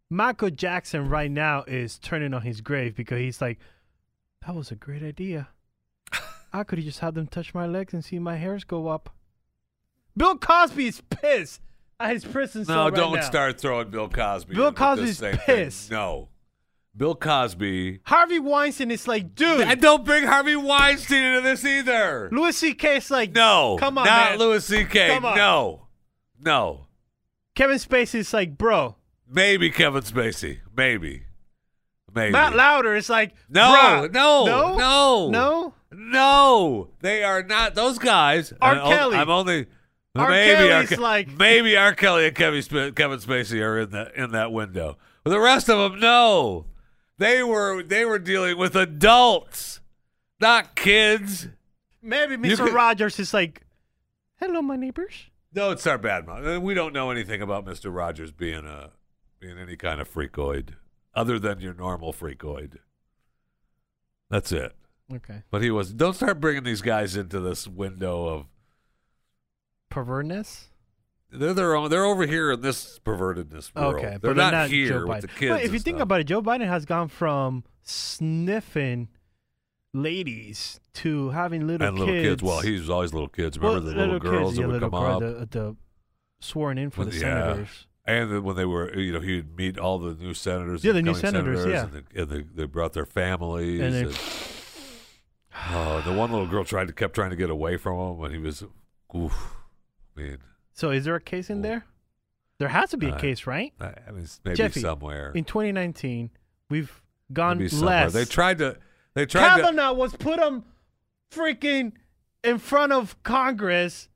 Michael Jackson right now is turning on his grave because he's like, that was a great idea. I could have just had them touch my legs and see my hairs go up. Bill Cosby is pissed at his prison
No,
cell right
don't
now.
start throwing Bill Cosby.
Bill
in with this
Cosby's
same thing.
pissed.
No, Bill Cosby.
Harvey Weinstein is like, dude.
And don't bring Harvey Weinstein into this either.
Louis C.K. is like,
No,
come on,
not
man.
Louis C.K.
Come on.
No, no.
Kevin Spacey is like, bro.
Maybe Kevin Spacey. Maybe, maybe.
Matt Louder is like,
No,
bruh.
no,
no,
no,
no.
no. They are not those guys.
R.
I'm o-
Kelly.
I'm only
R.
maybe
Kelly's
Ke-
like-
maybe R. Kelly and Kevin, Sp- Kevin Spacey are in that in that window. But the rest of them, no. They were they were dealing with adults, not kids.
Maybe
You
Mr.
could-
Rogers is like, hello, my neighbors.
No, it's our bad mouth. Uh, We don't know anything about Mister Rogers being a being any kind of freakoid other than your normal freakoid. That's it.
Okay.
But he was. Don't start bringing these guys into this window of
Pervertness?
they're their own. They're over here in this pervertedness world.
Okay,
they're
but they're
not, here
Joe
with
Biden.
the kids.
But if
and
you think
stuff.
about it, Joe Biden has gone from sniffing ladies to having little
and
kids.
little kids. well, he's always little kids.
Well,
Remember the little, girls
kids,
that
yeah,
would
little
come
girl,
up,
The, the sworn in for
Well,
the
yeah.
senators.
and then when they were, you know, he'd meet all the new senators.
Yeah,
and
the new
incoming
senators,
and, the, and the, they brought their families.
And they-
and- oh, the one little girl tried to kept trying to get away from him when he was. Oof, I mean,
So is there a case in
Well,
there? There has to be a
I-
case, right?
I, I mean, maybe
Jeffy,
somewhere.
In 2019, we've gone
maybe somewhere.
less.
They tried to. They tried to.
Kavanaugh was put on freaking in front of Congress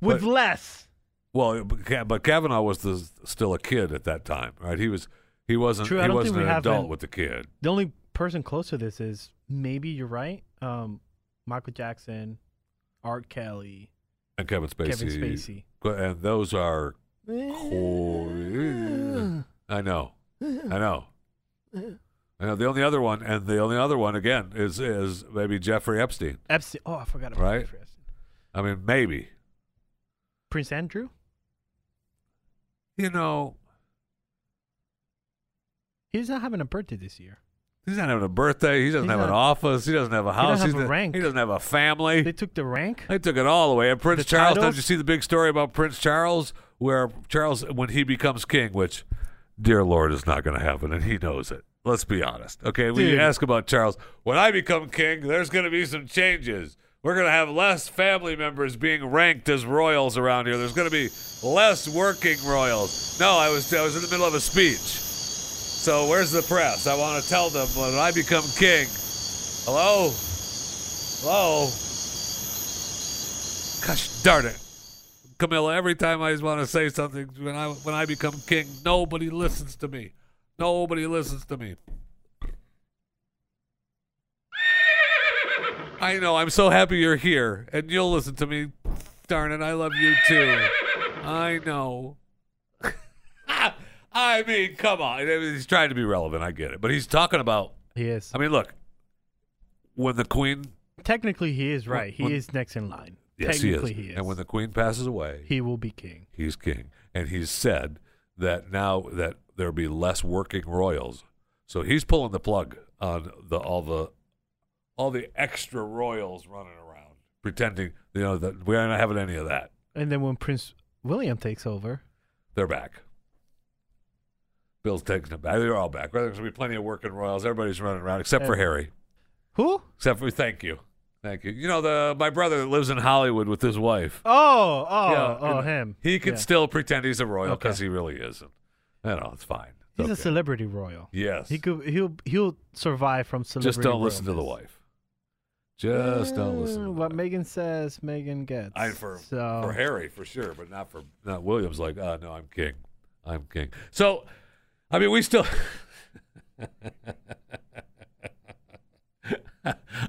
with
But-
less.
Well, but Ka- but Kavanaugh was the, still a kid at that time, right? He was he wasn't
True, I
he
don't
wasn't
think
an
we have
adult
an-
with the kid.
The only person close to this is maybe you're right. Um, Michael Jackson, Art Kelly,
And Kevin Spacey.
Kevin Spacey.
Qu- And those are cool. I know, I know, I know. The only other one, and the only other one again is is maybe Jeffrey Epstein.
Epstein. Oh, I forgot about
Right?
Jeffrey Epstein.
I mean, maybe
Prince Andrew.
you know.
He's not having a birthday this year.
He's not having a birthday. He doesn't
He's
have an
not-
office. He doesn't have a house.
have
He's
a
not-
rank.
He doesn't have a family.
They took the rank.
They took it all the way. And Prince
The
Charles,
titles?
did you see the big story about Prince Charles? Where Charles, when he becomes king, which, dear Lord, is not going to happen, and he knows it. Let's be honest. Okay, when you
Dude.
ask about Charles, when I become king, there's going to be some changes. We're going to have less family members being ranked as royals around here. There's going to be less working royals. No, I was I was in the middle of a speech. So where's the press? I want to tell them when I become king. Hello? Hello? Gosh darn it, Camilla! Every time I want to say something, when I when I become king, nobody listens to me. Nobody listens to me. I know. I'm so happy you're here, and you'll listen to me. Darn it! I love you too. I know. I mean, come on. He's trying to be relevant. I get it, but he's talking about.
He is.
I mean, look. When the queen
Technically, he is right. He
when-
is next in line.
Yes, he is.
Technically, he is.
And when the queen passes away,
he will be king.
he's king. And he's said that now that there'll be less working royals. So he's pulling the plug on the all the all the extra royals running around pretending, you know, that we're not having any of that.
And then when Prince William takes over,
They're back. Bill's taking them back. They're all back. There's gonna be plenty of working royals. Everybody's running around except for
And-
Harry.
who?
Except for thank you. Thank you. You know the my brother that lives in Hollywood with his wife.
Oh, oh,
Yeah,
oh,
and
him.
He can
Yeah.
still pretend he's a royal
Okay.
because he really isn't. You know, it's fine. It's
He's a
okay.
celebrity royal.
Yes.
He could. He'll. He'll survive from celebrity.
Just don't listen to the
royalness.
wife. Just don't listen.
Uh,
To the
What
wife.
Megan says, Megan gets.
I for
so
for Harry for sure, but not for not Williams. Like, oh no, I'm king. I'm king. So, I mean, we still.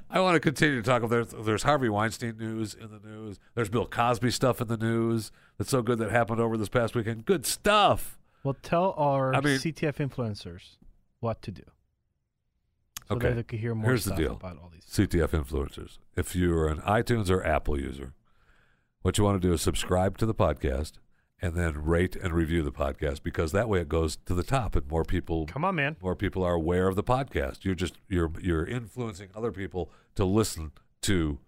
I want to continue to talk. There's, there's Harvey Weinstein news in the news. There's Bill Cosby stuff in the news. That's so good that happened over this past weekend. Good stuff.
Well, tell our
I mean-
CTF influencers what to do. So that they could hear more
Here's
stuff
the deal.
about all these.
CTF influencers. If you're an iTunes or Apple user, what you want to do is subscribe to the podcast and then rate and review the podcast because that way it goes to the top and more people
Come on, man.
more people are aware of the podcast. You're just you're you're influencing other people to listen to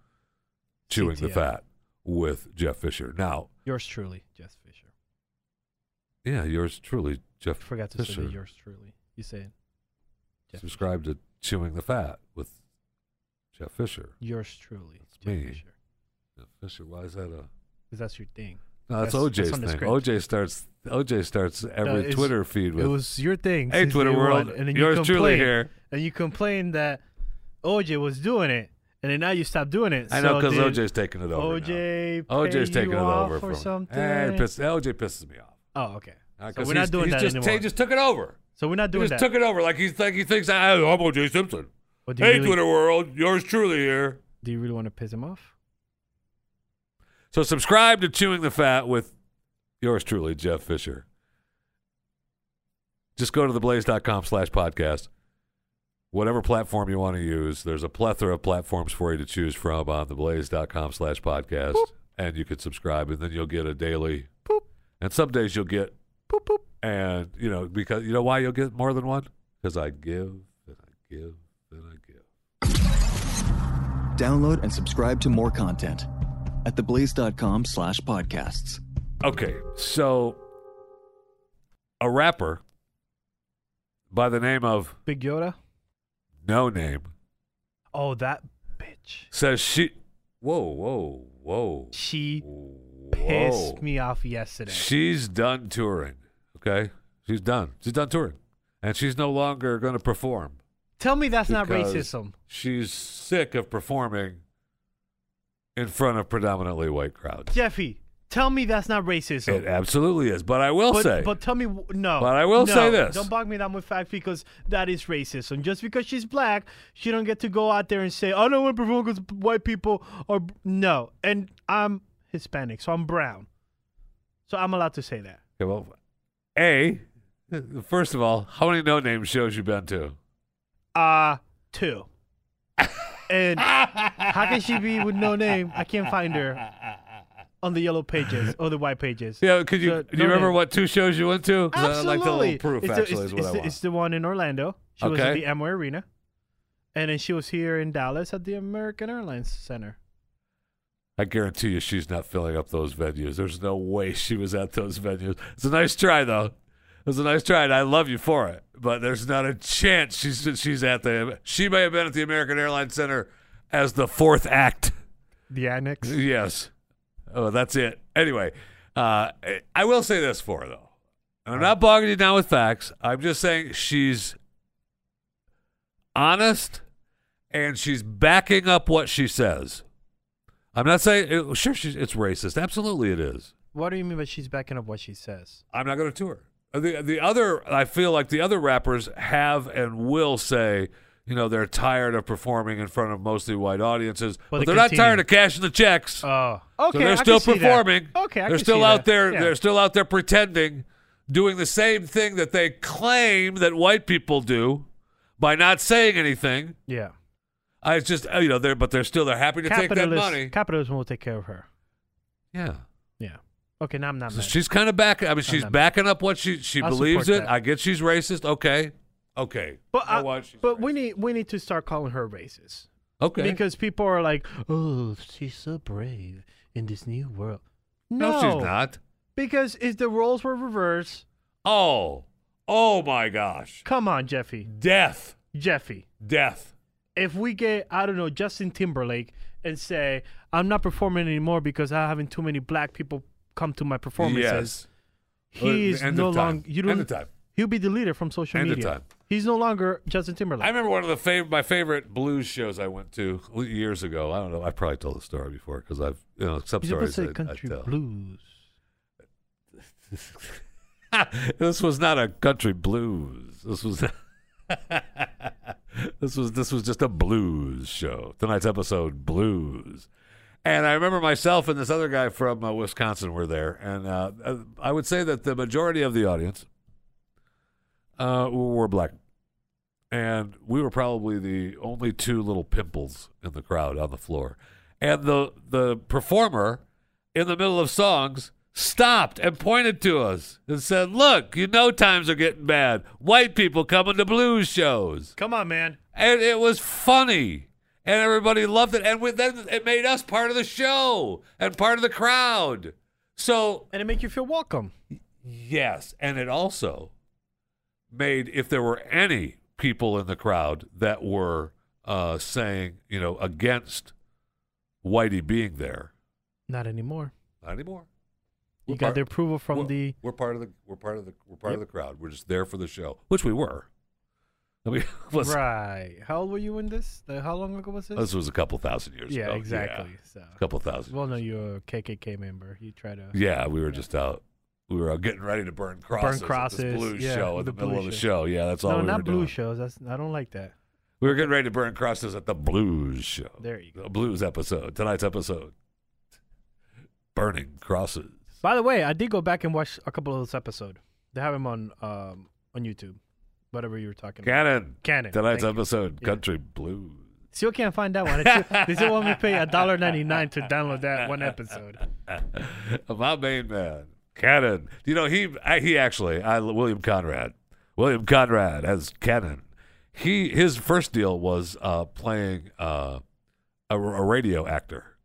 Chewing the
CTF.
Fat with Jeff Fisher. Now,
Yours truly, Jess Fisher.
yeah, yours truly, Jeff
Forgot to
Fisher.
say that yours truly. You say it. Jeff
subscribe to Chewing the Fat with Jeff Fisher.
Fisher. Yours truly,
That's
Jeff
me.
Fisher.
Jeff Fisher, why is that a
Because that's your thing.
No, that's,
That's-
OJ's
that's on the
thing.
script.
OJ starts. OJ starts
No,
every
it's-
Twitter feed with.
It was your thing.
Hey,
since
Twitter
day
world,
one, and then
yours
you
truly
complain-
here.
And you complain that OJ was doing it, and then now you stopped doing it.
I know
So
because
did
OJ's taking it over. now.
OJ. pay
OJ's taking
you
it
off
over
or
from.
something.
Hey, it piss- OJ pisses me off.
oh, okay.
Uh,
so
'cause
we're not
he's-
doing
he's
that
just,
anymore.
He just took it over.
so we're not
He
doing
just
that.
took it over. Like he's like he thinks I, I'm OJ Simpson.
But do you
Hey,
really-
Twitter world, yours truly here.
Do you really want to piss him off?
So subscribe to Chewing the Fat with yours truly, Jeff Fisher. Just go to theblaze.com slash podcast. Whatever platform you want to use, there's a plethora of platforms for you to choose from on theblaze.com slash podcast. And you can subscribe, and then you'll get a daily.
Boop.
And some days you'll get. Boop, boop. And, you know, because you know why you'll get more than one? Because I give and I give and I give.
Download and subscribe to more content at theblaze.com slash podcasts.
Okay, so a rapper by the name of
Big Yoda.
No Name
Oh, that bitch.
says she. Whoa, whoa, whoa.
She
Whoa.
pissed me off yesterday.
She's done touring. Okay, she's done. She's done touring, and she's no longer going to perform.
Tell me that's not
because
racism.
She's sick of performing in front of predominantly white crowds.
Jeffy, tell me that's not racism.
It absolutely is. But I will
but,
say,
but tell me w- no.
But I will
No,
say this.
Don't bog me down with facts because that is racism. Just because she's black, she don't get to go out there and say, "I don't want to perform because white people are b-" no." And I'm Hispanic, so I'm brown, so I'm allowed to say that.
Okay, well, A, first of all, how many no name shows you been to?
Uh two. And how can she be with no name? I can't find her on the yellow pages or the white pages.
Yeah, could you
So,
do you remember
donate.
what two shows you went to? 'Cause
Uh, Absolutely.
I like the little proof.
it's the-
actually,
it's,
is what
it's
I
the,
want.
it's the one in Orlando. She was at
Okay.
the Amway Arena, and then she was here in Dallas at the American Airlines Center.
I guarantee you, she's not filling up those venues. There's no way she was at those venues. It's a nice try though. It was a nice try, and I love you for it. But there's not a chance she's she's at the. She may have been at the American Airlines Center as the fourth act.
The annex.
Yes. Oh, that's it. Anyway, uh, I will say this for her, though. And I'm
Uh-huh.
not bogging you down with facts. I'm just saying she's honest and she's backing up what she says. I'm not saying, it, sure, she's, it's racist. Absolutely, it is.
What do you mean by she's backing up what she says?
I'm not going to tour. Uh, The, the other, I feel like the other rappers have and will say, you know, they're tired of performing in front of mostly white audiences, but,
But they
they're
continue.
not tired of cashing the checks.
Oh,
So
okay. I
they're
can
still
see that.
performing.
Okay, I
they're
can
still
see
out
that.
there.
Yeah.
They're still out there pretending, doing the same thing that they claim that white people do by not saying anything.
yeah.
I it's just uh, you know they're but they're still they're happy to take that
Capitalist-
money.
Capitalism will take care of her.
yeah.
Yeah. Okay, now I'm not
So
mad.
she's kind of back. I mean, she's
not-
backing up what she she
I'll
believes it.
support that.
I get she's racist. Okay, okay.
but
You know
I-
what? She's
but we
racist.
need we need to start calling her racist
okay
because people are like, oh, she's so brave in this new world.
no,
No,
she's not.
Because if the roles were reversed,
Oh, oh my gosh,
come on, Jeffy,
death,
Jeffy.
death.
If we get I don't know Justin Timberlake and say I'm not performing anymore because I'm having too many black people come to my performances,
Yes.
he
Uh,
is
end
no
of time.
longer you
End
don't
of time.
he'll be deleted from social
End of
media.
time.
He's no longer Justin Timberlake.
I remember one of the fav- my favorite blues shows I went to years ago. I don't know. I probably told the story before because I've you know some
You're
stories
supposed to
I-
say
I
country
tell.
blues.
this was not a country blues. This was this was this was just a blues show. Tonight's episode blues. And I remember myself and this other guy from uh, Wisconsin were there, and uh, uh, I would say that the majority of the audience uh, were black, and we were probably the only two little pimples in the crowd on the floor. And the the performer in the middle of songs stopped and pointed to us and said, "Look, you know times are getting bad. White people coming to blues shows."
Come on, man.
And it was funny. And everybody loved it. And we, then it made us part of the show and part of the crowd. So,
And it make you feel welcome.
yes. And it also made, if there were any people in the crowd that were uh, saying, you know, against Whitey being there,
Not anymore.
not anymore.
You
We're
got
part-
the approval from
we're,
the
we're part of the we're part of the we're part of the crowd. We're just there for the show, which we were. I mean, let's-
right. How old were you in this? The, how long ago was this?
this was a couple thousand years
yeah,
ago.
exactly.
A
So,
couple thousand.
well, no, you're a KKK member. You try to.
Yeah, we were just out. We were out getting ready to burn crosses. at
crosses,
this blues
yeah,
show
with
in
the
the, middle
blue
of the
show.
show. Yeah, that's all
no,
we
not
were
blue
doing.
shows. That's I don't like that.
We were getting ready to burn crosses at the blues show.
There you go.
The blues episode. Tonight's episode. Burning crosses.
By the way, I did go back and watch a couple of this episode. They have him on um on YouTube, whatever you were talking about.
Cannon.
Cannon,
Tonight's
thank you.
episode.
Yeah.
Country blues.
Still can't find that one. They still- they still want me to pay $1.99 to download that one episode.
My main man, Cannon. You know he I, he actually I William Conrad. William Conrad as Cannon. He his first deal was uh, playing uh, a, a radio actor.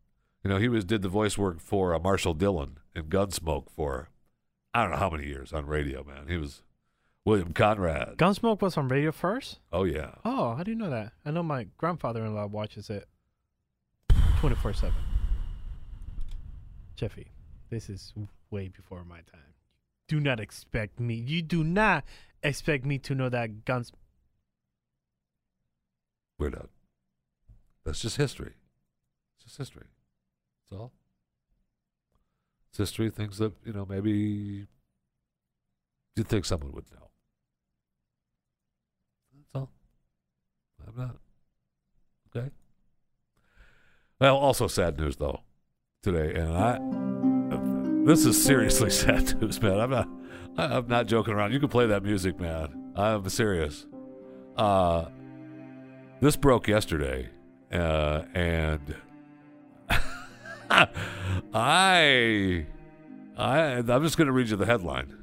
You know he was did the voice work for uh, Marshall Dillon in Gunsmoke for I don't know how many years on radio. Man, he was William Conrad.
Gunsmoke was on radio first.
oh yeah.
Oh, how do you know that? I know my grandfather-in-law watches it 24/7. Jeffy, this is way before my time. Do not expect me. You do not expect me to know that guns.
We're not. That's just history. It's just history. That's all. It's history. Things that you know maybe you'd think someone would know. That's all. I'm not. Okay. Well, also sad news though today, and I. This is seriously sad news, man. I'm not. I- I'm not joking around. You can play that music, man. I'm serious. Uh, this broke yesterday, uh, and I, I, I'm just going to read you the headline.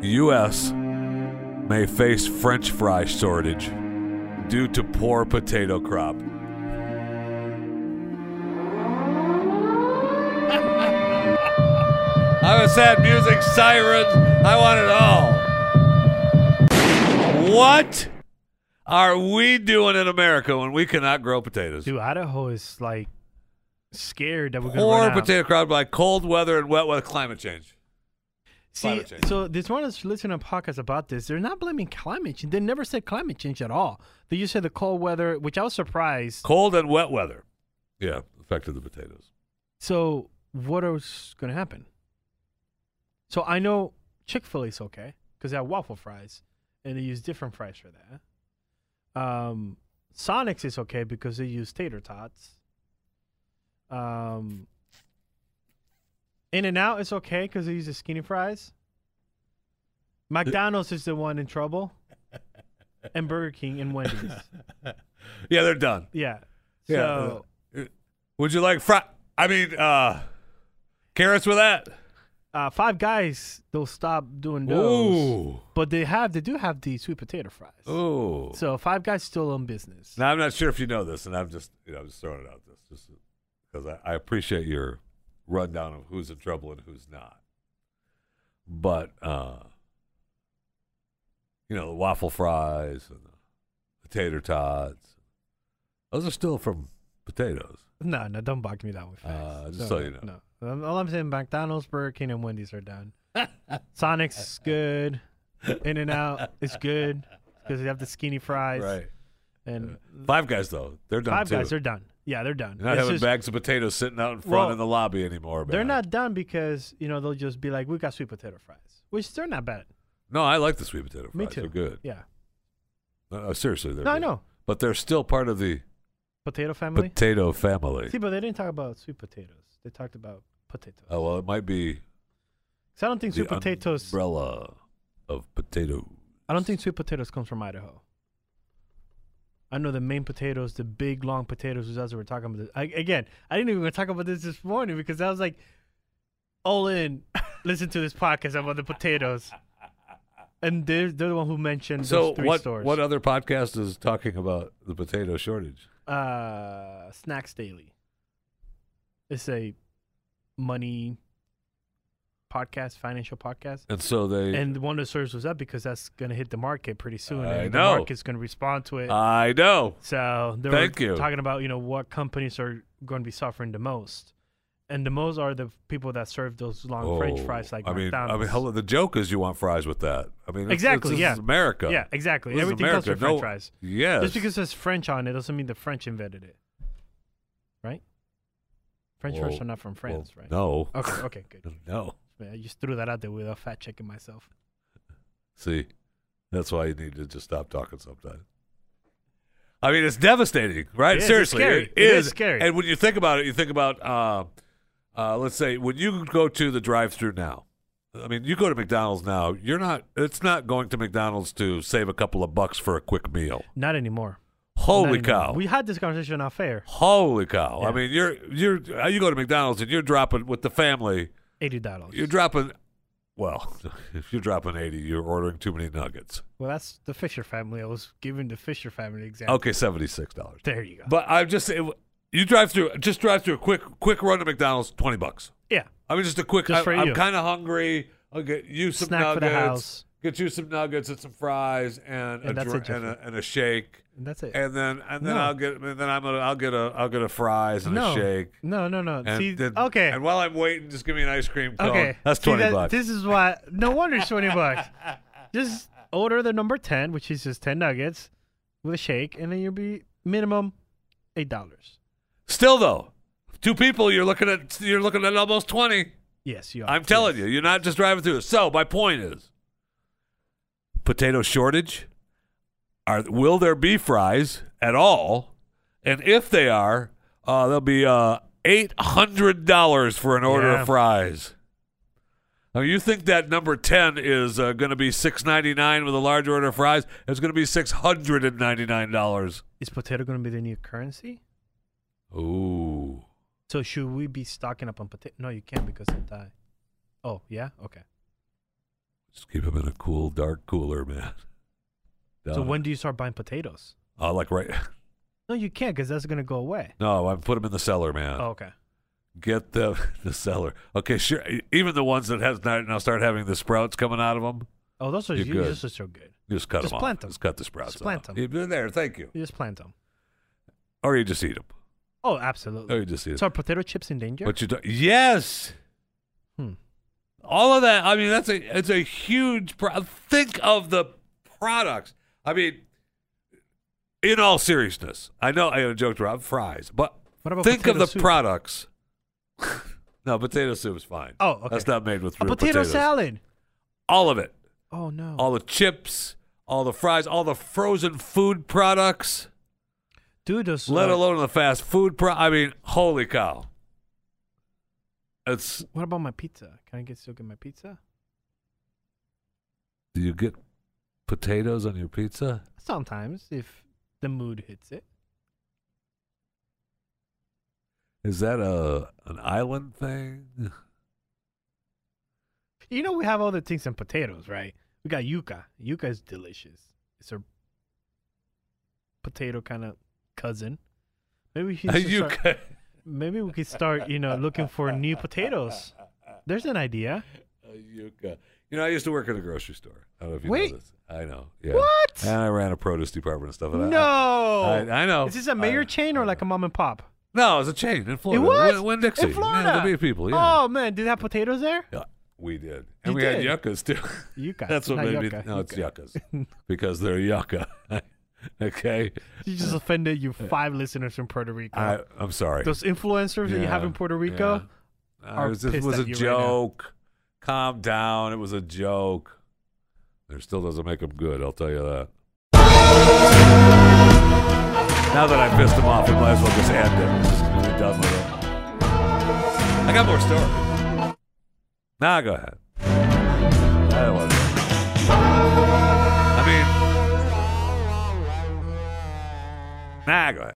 U.S. may face French fry shortage due to poor potato crop. I was sad music, sirens. I want it all. What are we doing in America when we cannot grow potatoes?
Dude, Idaho is like scared that we're gonna
Poor
run out.
potato crop by cold weather and wet weather climate change.
See,
climate change.
so this one is listening to a podcast about this. They're not blaming climate change. They never said climate change at all. They just said the cold weather, which I was surprised.
Cold and wet weather. Yeah, affected the potatoes.
So what is going to happen? So I know Chick Fil A's okay because they have waffle fries, and they use different fries for that. Um, Sonic's is okay because they use tater tots. Um, In and Out is okay because they use the skinny fries. McDonald's is the one in trouble, and Burger King and Wendy's.
Yeah, they're done.
Yeah.
Yeah,
So
Would you like fry? I mean, uh, carrots with that?
uh, Five Guys, they'll stop doing those.
Ooh.
But they have they do have the sweet potato fries.
Ooh.
So Five Guys still in business.
Now I'm not sure if you know this, and I'm just you know I'm just throwing it out this just because I, I appreciate your rundown of who's in trouble and who's not. But uh, you know the waffle fries and the tater tots, those are still from potatoes.
No, no, don't bug me that one.
Uh,
facts.
just
No,
so you
no, No. Um, All I'm saying, McDonald's, Burger King, and Wendy's are done. Sonic's is good. In and Out is good because they have the skinny fries. And
Five guys though, they're done
Five
too.
Guys, they're done. Yeah, they're done.
You're not
It's
having
just-
bags of potatoes sitting out in front
Well,
in the lobby anymore.
They're
man.
not done because you know they'll just be like, we got sweet potato fries, which they're not bad.
No, I like the sweet potato fries.
Me too.
They're good.
Yeah,
No, no, seriously, they're.
No, I
good.
know.
But they're still part of the
potato family.
potato family.
See, but they didn't talk about sweet potatoes. They talked about potatoes.
Oh well, it might be
So I don't think
the
sweet potatoes.
umbrella of potato.
I don't think sweet potatoes comes from Idaho. I know the main potatoes, the big long potatoes, was as we were talking about this. I, again, I didn't even talk about this this morning because I was like, all in, listen to this podcast about the potatoes, and they're they're the one who mentioned
So
those three
what?
stores.
What other podcast is talking about the potato shortage?
uh, Snacks Daily. It's a money podcast, financial podcast.
And so they.
And one of the serves was up because that's going to hit the market pretty soon.
I
and
know.
The market's going to respond to it.
I know.
so they
thank
were
you.
talking about, you know, what companies are going to be suffering the most. And the most are the people that serve those long french
Oh,
fries like
I mean,
McDonald's.
I mean, hello. The joke is you want fries with that. I mean, it's-
Exactly,
It's,
yeah.
this is America.
Yeah, exactly.
This is
Everything comes
America.
with french
No-
fries.
Yes.
Just because there's French on it doesn't mean the French invented it. Right? French fries
Well,
are not from
well,
France, right?
No.
Okay, okay, good.
No.
Man, I just threw that out there without fact checking myself.
See, that's why you need to just stop talking sometimes. I mean, it's devastating, right?
It is. It's
Seriously,
scary.
it
It is
is.
scary.
And when you think about it, you think about, uh, uh, let's say, when you go to the drive-through now. I mean, you go to McDonald's now. You're not. It's not going to McDonald's to save a couple of bucks for a quick meal.
Not anymore. Not
Holy
anymore.
cow!
We had this conversation off air.
Holy cow! I
Yeah.
mean, you're you're uh, you go to McDonald's and you're dropping with the family.
Eighty dollars.
You're dropping. Well, if you're dropping eighty, you're ordering too many nuggets.
Well, that's the Fisher family. I was giving the Fisher family example.
Okay, seventy-six dollars.
There you go.
But I'm just it, you drive through, just drive through a quick quick run to McDonald's, twenty bucks.
yeah.
I mean, just a quick.
Just
I,
for
I'm
you.
kind of hungry. I'll get you some
Snack for
nuggets.
the house.
Get you some nuggets and some fries and,
And
a,
that's
dr-
it,
and, a, and a shake.
And that's it.
And then and then
No.
I'll get and then I'm gonna I'll get a I'll get a fries and
no.
a shake.
No, no, no.
And
See,
then-
okay.
And while I'm waiting, just give me an ice cream cone.
okay.
That's
See,
twenty
that-
bucks.
This is why. No wonder it's 20 bucks. Just order the number 10, which is just 10 nuggets with a shake, and then you'll be minimum $8.
Still though, two people you're looking at you're looking at almost twenty.
Yes, you are.
I'm telling
Yes.
you, you're not just driving through. So my point is, potato shortage. Are will there be fries at all? And if they are, uh, there'll be uh, eight hundred dollars for an order
Yeah.
of fries. I Oh, you think that number ten is uh, going to be six ninety nine with a large order of fries? It's going to be six hundred and ninety nine dollars.
Is potato going to be the new currency?
Ooh,
So should we be stocking up on potato? No, you can't because they die. Oh yeah, okay.
just keep them in a cool, dark cooler, man.
So
Down-
when do you start buying potatoes?
Uh, like right?
No, you can't because that's gonna go away.
No, I put them in the cellar, man.
Oh, okay.
Get the the cellar. Okay, sure. e, Even the ones that has not now start having the sprouts coming out of them.
Oh, those are
You're
you,
good.
those are so good.
Just cut
Just
them
plant
off.
'em.
Just cut the sprouts.
Just plant
off.
'em.
Yeah, they're There, thank you.
You just plant them.
Or you just eat them.
Oh,
Or
absolutely.
you just eat 'em.
So are potato chips in danger?
But you do yes.
Hmm.
All of that. I mean, that's a it's a huge. Pro- think of the products. I mean, in all seriousness, I know I joked around fries, but
What about
think of
potato
the
soup?
products. no, potato soup is fine.
Oh, okay.
That's not made with
a
real
potato
potatoes.
salad.
All of it.
Oh no.
All the chips. All the fries. All the frozen food products.
Dude, those
Let
uh,
alone the fast food. Pro- I mean, holy cow. It's
What about my pizza? Can I get still get my pizza?
Do you get potatoes on your pizza?
Sometimes if the mood hits it.
Is that a an island thing?
You know we have other things than potatoes, right? We got yuca. Yuca is delicious. It's a potato kind of cousin. Maybe we should
you
start,
ca-
maybe we could start, you know, looking for new potatoes. There's an idea.
a yucca. You know, I used to work at a grocery store. I don't know if you
Wait.
know this. I know. Yeah.
What?
And I ran a produce department and stuff. And
no.
I, I, I know.
Is this a
I
mayor
know.
chain or like a mom and pop?
No, it was a chain in Florida.
was?
Win Dixie.
In Florida.
Yeah, the bee people. Yeah.
Oh man, did they have potatoes there?
Yeah, we did,
You
and we
did?
had yuccas too.
Yucca.
That's what
not
made me.
yucca,
No, it's
yucca.
yuccas because they're yucca. okay.
You just offended you five listeners from Puerto Rico.
I, I'm sorry.
Those influencers that you have
Yeah,
in Puerto Rico.
yeah. Uh,
are
it was, just-
pissed
was
at
a
you right now.
joke. Calm down. It was a joke. There still doesn't make them good, I'll tell you that. Now that I pissed him off, we might as well just end it. Just be done with it. I got more stories. Nah, go ahead. I don't want to. I mean, nah, go ahead.